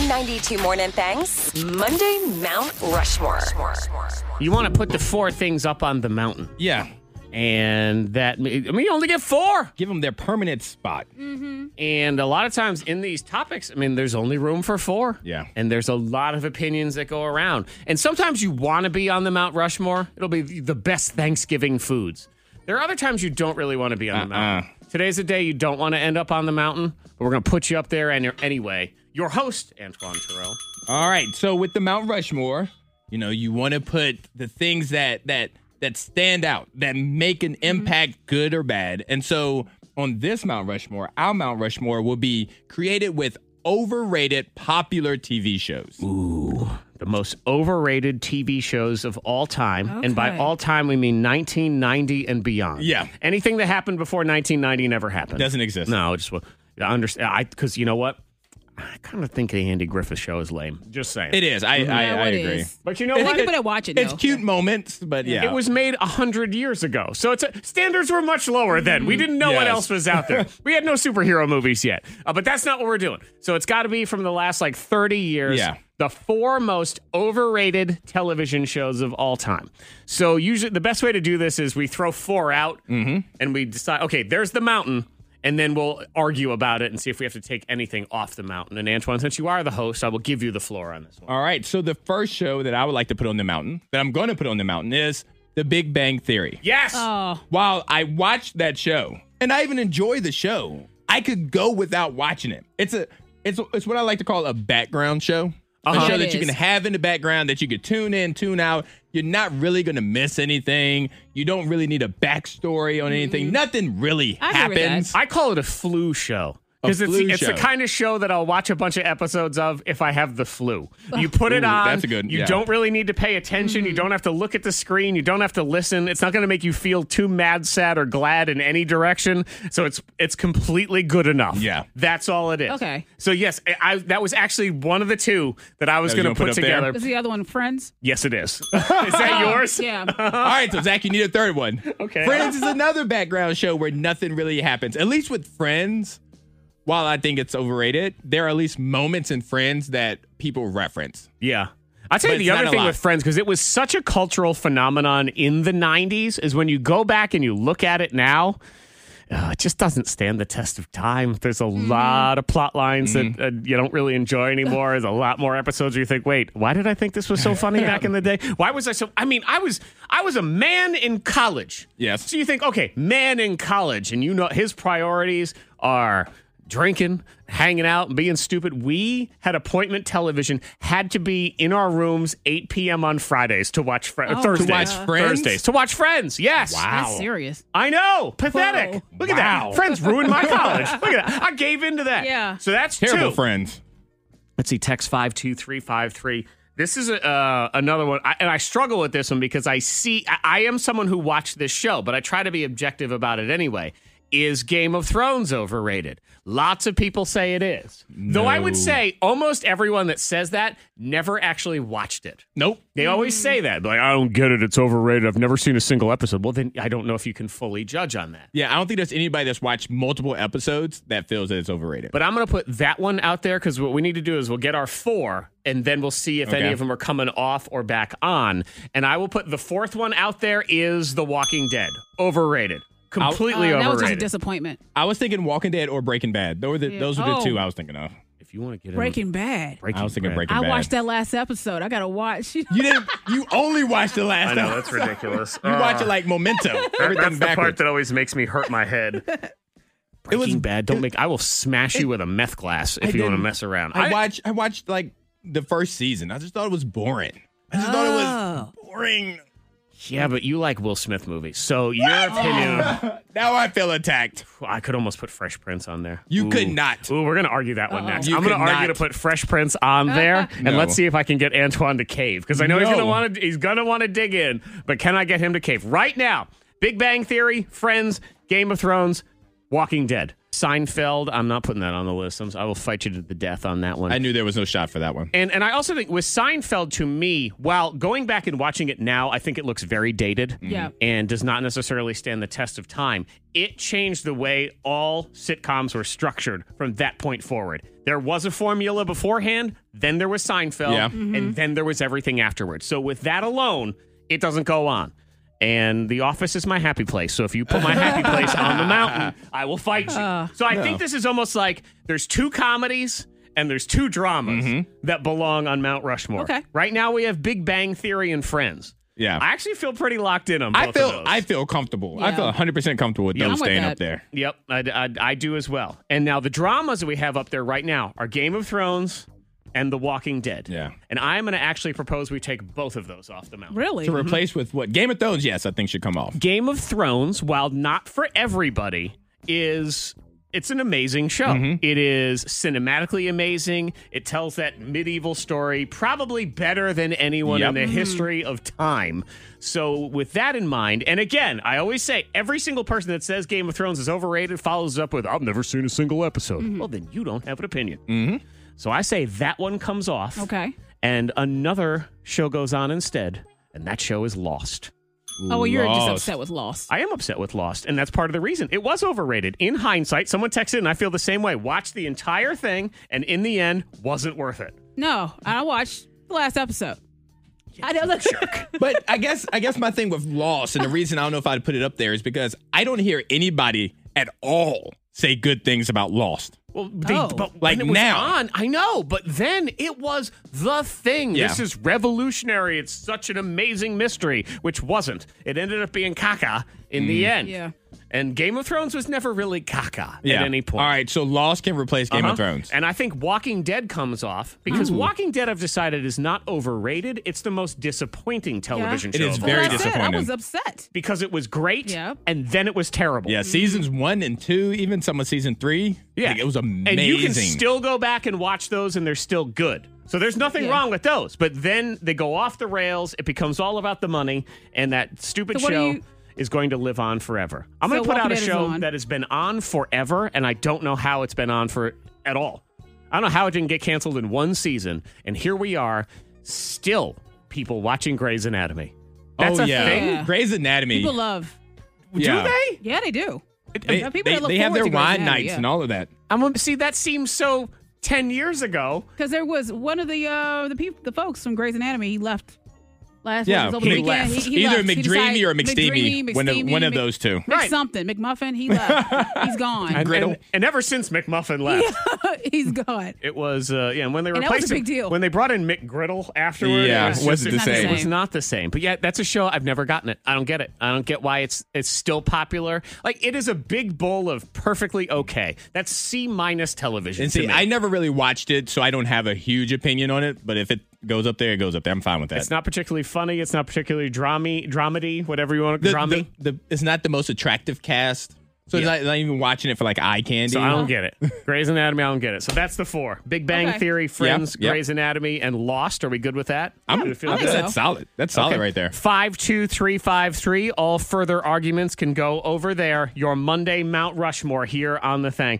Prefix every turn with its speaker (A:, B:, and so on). A: K92 Morning Thangs, Monday Mount Rushmore.
B: You want to put the four things up on the mountain,
C: Yeah.
B: and that I mean you only get four.
C: Give them their permanent spot.
B: And a lot of times in these topics, I mean, there's only room for four.
C: Yeah.
B: And there's a lot of opinions that go around. And sometimes you want to be on the Mount Rushmore. It'll be the best Thanksgiving foods. There are other times you don't really want to be on the mountain. Today's the day you don't want to end up on the mountain, but we're going to put you up there and anyway. Your host, Antoine Terrell.
C: All right. So with the Mount Rushmore, you know, you want to put the things that that that stand out, that make an impact, good or bad. And so on this Mount Rushmore, our Mount Rushmore will be created with overrated popular TV shows.
B: The most overrated TV shows of all time. And by
D: Okay.
B: all time, we mean 1990 and beyond.
C: Yeah.
B: Anything that happened before 1990 never happened.
C: Doesn't exist.
B: No, it just wa- I understand. I because you know what, I kind of think the Andy Griffith Show is lame. Just saying.
C: It is. I I,
D: Yeah,
C: I
D: what
C: agree.
D: is?
B: but you know
D: I think
B: what?
D: I'm gonna watch it.
C: It's
D: though.
C: cute moments, but yeah.
B: It was made a hundred years ago, so it's a, standards were much lower then. We didn't know what
C: Mm-hmm. Yes.
B: else was out there. we had no superhero movies yet, uh, but that's not what we're doing. So it's got to be from the last like thirty years.
C: Yeah.
B: The four most overrated television shows of all time. So usually the best way to do this is we throw four out
C: Mm-hmm.
B: and we decide, okay, there's the mountain. And then we'll argue about it and see if we have to take anything off the mountain. And Antoine, since you are the host, I will give you the floor on this one.
C: All right. So the first show that I would like to put on the mountain, that I'm going to put on the mountain, is The Big Bang Theory.
B: Yes.
D: Oh,
C: While I watched that show, and I even enjoy the show, I could go without watching it. It's a it's it's what I like to call a background show.
B: Uh-huh.
C: A show
D: It
C: that you
D: is.
C: can have in the background that you could tune in, tune out. You're not really gonna miss anything. You don't really need a backstory on anything. Nothing really
D: Mm-hmm. I agree with that.
C: happens.
B: I call it a flu show. Because
C: A
B: it's,
C: flu
B: it's the
C: show.
B: kind of show that I'll watch a bunch of episodes of if I have the flu. You put it
C: Ooh,
B: on.
C: that's a good-
B: you
C: yeah.
B: don't really need to pay attention.
D: Mm-hmm.
B: You don't have to look at the screen. You don't have to listen. It's not going to make you feel too mad, sad, or glad in any direction. So it's it's completely good enough.
C: Yeah.
B: that's all it is.
D: Okay.
B: So yes, I, I that was actually one of the two that I was
C: That you
B: going to
C: gonna put
B: put
C: up there?
B: together.
D: is the other one Friends? Oh,
B: Yes, it is. is that yours?
D: Yeah. Uh,
C: All right, so Zach, you need a third one.
B: Okay.
C: Friends is another background show where nothing really happens. At least with Friends, while I think it's overrated, there are at least moments in Friends that people reference.
B: Yeah. I'll tell you
C: But
B: the
C: it's not
B: other
C: a
B: thing
C: lot.
B: with Friends, because it was such a cultural phenomenon in the 90s, is when you go back and you look at it now, uh, it just doesn't stand the test of time. There's a
D: Mm-hmm.
B: lot of plot lines that uh, you don't really enjoy anymore. There's a lot more episodes where you think, wait, why did I think this was so funny back in the day? Why was I so? I mean, I was I was a man in college.
C: Yes.
B: So you think, okay, man in college, and you know his priorities are drinking, hanging out, and being stupid. We had appointment television, had to be in our rooms 8 p.m. on Fridays to watch Friends.
D: Oh,
B: Thursdays.
D: To watch
C: Friends?
B: Thursdays. To watch Friends. Yes.
D: That's serious.
B: I know. Pathetic.
D: Whoa.
B: Look at that. Friends ruined my college. Look at that. I gave in to that.
D: Yeah.
B: So that's
C: Terrible
B: two.
C: Friends.
B: Let's see. Text five two three five three. This is uh, another one, I, and I struggle with this one because I see I, I am someone who watched this show, but I try to be objective about it anyway. Is Game of Thrones overrated? Lots of people say it is. Though I would
C: No.
B: say almost everyone that says that never actually watched it.
C: Nope.
B: They always say that. Like, I don't get it. It's overrated. I've never seen a single episode. Well, then I don't know if you can fully judge on that.
C: Yeah, I don't think there's anybody that's watched multiple episodes that feels that it's overrated.
B: But I'm going to put that one out there because what we need to do is we'll get our four and then we'll see if any
C: Okay.
B: of them are coming off or back on. And I will put the fourth one out there is The Walking Dead. Overrated. Completely
D: Uh, that was just a
B: overrated.
D: disappointment.
C: I was thinking Walking Dead or Breaking Bad. Those were the, those were the
D: Oh.
C: two I was thinking of.
B: if you want to get
D: Breaking Bad.
B: breaking
C: I was thinking
B: bread.
C: Breaking
D: I
C: Bad.
D: watched that last episode. I gotta watch.
C: You didn't. You only watched the last.
B: I know
C: episode.
B: that's ridiculous. Uh,
C: You watch it like Memento. Everything
B: that's the part
C: backwards.
B: that always makes me hurt my head. Breaking
C: was-
B: bad. Don't make. I will smash you with a meth glass if you want to
C: didn't-
B: mess around.
C: I watched. I watched like the first season. I just thought it was boring. I just thought
D: Oh.
C: it was boring.
B: yeah, but you like Will Smith movies, so your opinion.
C: Now I feel attacked.
B: Well, I could almost put Fresh Prince on there.
C: You
B: Ooh.
C: could not.
B: Ooh, we're gonna argue that one next.
C: You
B: I'm gonna
C: could
B: argue to
C: not.
B: put Fresh Prince on there, and
C: No.
B: let's see if I can get Antoine to cave because I know he's gonna
C: No.
B: want to. He's gonna want to dig in, but can I get him to cave right now? Big Bang Theory, Friends, Game of Thrones, Walking Dead. Seinfeld, I'm not putting that on the list. I'm, I will fight you to the death on that one.
C: I knew there was no shot for that one.
B: And and I also think with Seinfeld to me, while going back and watching it now, I think it looks very dated.
D: Yeah.
B: And does not necessarily stand the test of time. It changed the way all sitcoms were structured from that point forward. There was a formula beforehand, then there was Seinfeld,
C: Yeah.
B: and then there was everything afterwards. So with that alone, it doesn't go on. And the office is my happy place. So if you put my happy place on the mountain, I will fight you. so I think this is almost like there's two comedies and there's two dramas
C: Mm-hmm.
B: that belong on Mount Rushmore.
D: Okay.
B: Right now we have Big Bang Theory and Friends.
C: Yeah.
B: I actually feel pretty locked in on both
C: I
B: of
C: feel
B: those.
C: I feel comfortable. I
D: Yeah.
C: feel 100 percent comfortable with
B: Yeah.
C: those
D: I'm with
C: staying
D: that.
C: up there.
B: Yep, I, I, I do as well. And now the dramas that we have up there right now are Game of Thrones and The Walking Dead.
C: Yeah.
B: And I'm going to actually propose we take both of those off the mountain.
D: Really?
C: To replace with what Game of Thrones? Yes, I think should come off.
B: Game of Thrones, while not for everybody, is it's an amazing show. It is cinematically amazing. It tells that medieval story probably better than anyone in
C: Yep.
B: the history of time. So with that in mind, and again, I always say every single person that says Game of Thrones is overrated follows up with I've never seen a single episode. Well, then you don't have an opinion. So I say that one comes off.
D: Okay.
B: And another show goes on instead, and that show is Lost.
D: Oh, well, you're just
C: Lost.
D: upset with Lost.
B: I am upset with Lost, and that's part of the reason. It was overrated. In hindsight, someone texted, and I feel the same way. Watched the entire thing, and in the end, wasn't worth it.
D: No, I watched the last episode. I don't look.
C: but I guess I guess my thing with loss and the reason I don't know if I'd put it up there is because I don't hear anybody at all say good things about Lost.
B: Well, they,
D: Oh.
B: but
C: Like
B: when it was
C: now.
B: on, I know, but then it was the thing.
C: Yeah.
B: This is revolutionary. It's such an amazing mystery, which wasn't. It ended up being caca in the end.
D: Yeah.
B: And Game of Thrones was never really caca at any point.
C: All right, so Lost can replace Game
B: Uh-huh.
C: of Thrones.
B: And I think Walking Dead comes off because Walking Dead, I've decided, is not overrated. It's the most disappointing television
D: It
B: show.
C: is
B: of all
C: very
B: time.
D: That's it. I
C: disappointing.
D: was upset.
B: Because it was great
D: Yeah.
B: and then it was terrible.
C: Yeah, seasons one and two, even some of season three.
B: Yeah.
C: like, it was amazing.
B: And you can still go back and watch those and they're still good. So there's nothing
D: Yeah.
B: wrong with those. But then they go off the rails. It becomes all about the money and that stupid
D: So what do
B: show.
D: you-
B: Is going to live on forever. I'm
D: So
B: going to put
D: Walking
B: out a
D: Dead is
B: show
D: on.
B: that has been on forever, and I don't know how it's been on for at all. I don't know how it didn't get canceled in one season, and here we are, still people watching Grey's Anatomy. That's
C: oh
B: a
C: yeah,
B: thing.
D: Yeah.
C: Grey's Anatomy.
D: People love.
C: yeah.
B: Do they?
D: Yeah, they do.
C: They,
D: Yeah, people
C: they,
D: that look
C: they have
D: forward
C: their
D: to Grey's
C: wine
D: Anatomy,
C: nights
D: yeah.
C: and all of that.
B: I'm gonna- see. That seems so ten years ago.
D: Because there was one of the uh, the people, the folks from Grey's Anatomy. He left last.
C: Yeah,
D: was over the
C: he
D: weekend.
C: left.
D: He, he
C: Either
D: left. He
C: McDreamy
D: decided-
C: or McSteamy,
D: McDreamy,
C: one of-
D: McSteamy,
C: one of
D: Mc-
C: those two.
D: Mc
B: Right.
D: Something McMuffin. He left. He's
B: And,
D: gone.
C: Griddle.
B: and, and ever since McMuffin left,
D: He's gone.
B: It was, uh, yeah, and when they
D: And that
B: replaced
D: was a big
B: him-
D: deal.
B: When they brought in Mick Griddle afterward,
C: Yeah,
B: it was
C: wasn't
B: just-
D: the It's not the same.
B: It was not the same. But yeah, that's a show I've never gotten it. I don't get it. I don't get why it's it's still popular. Like it is a big bowl of perfectly okay. That's C minus television.
C: And
B: to
C: see,
B: me.
C: I never really watched it, so I don't have a huge opinion on it. But if it goes up there, it goes up there. I'm fine with that.
B: it's not particularly funny. It's not particularly drama, dramedy, whatever you want to
C: the,
B: drama.
C: the, the- it's not the most attractive cast. So it's not, not even watching it for like eye candy.
B: So I don't get it. Grey's Anatomy, I don't get it. So that's the four: Big Bang
D: Okay.
B: Theory, Friends,
C: yep.
B: Grey's Anatomy, and Lost. Are we good with that?
C: I'm,
B: Do we feel
C: I'm-
B: good?
D: so.
C: That's solid. That's solid
B: Okay.
C: right there.
B: 52353. All further arguments can go over there. Your Monday Mount Rushmore here on the thing.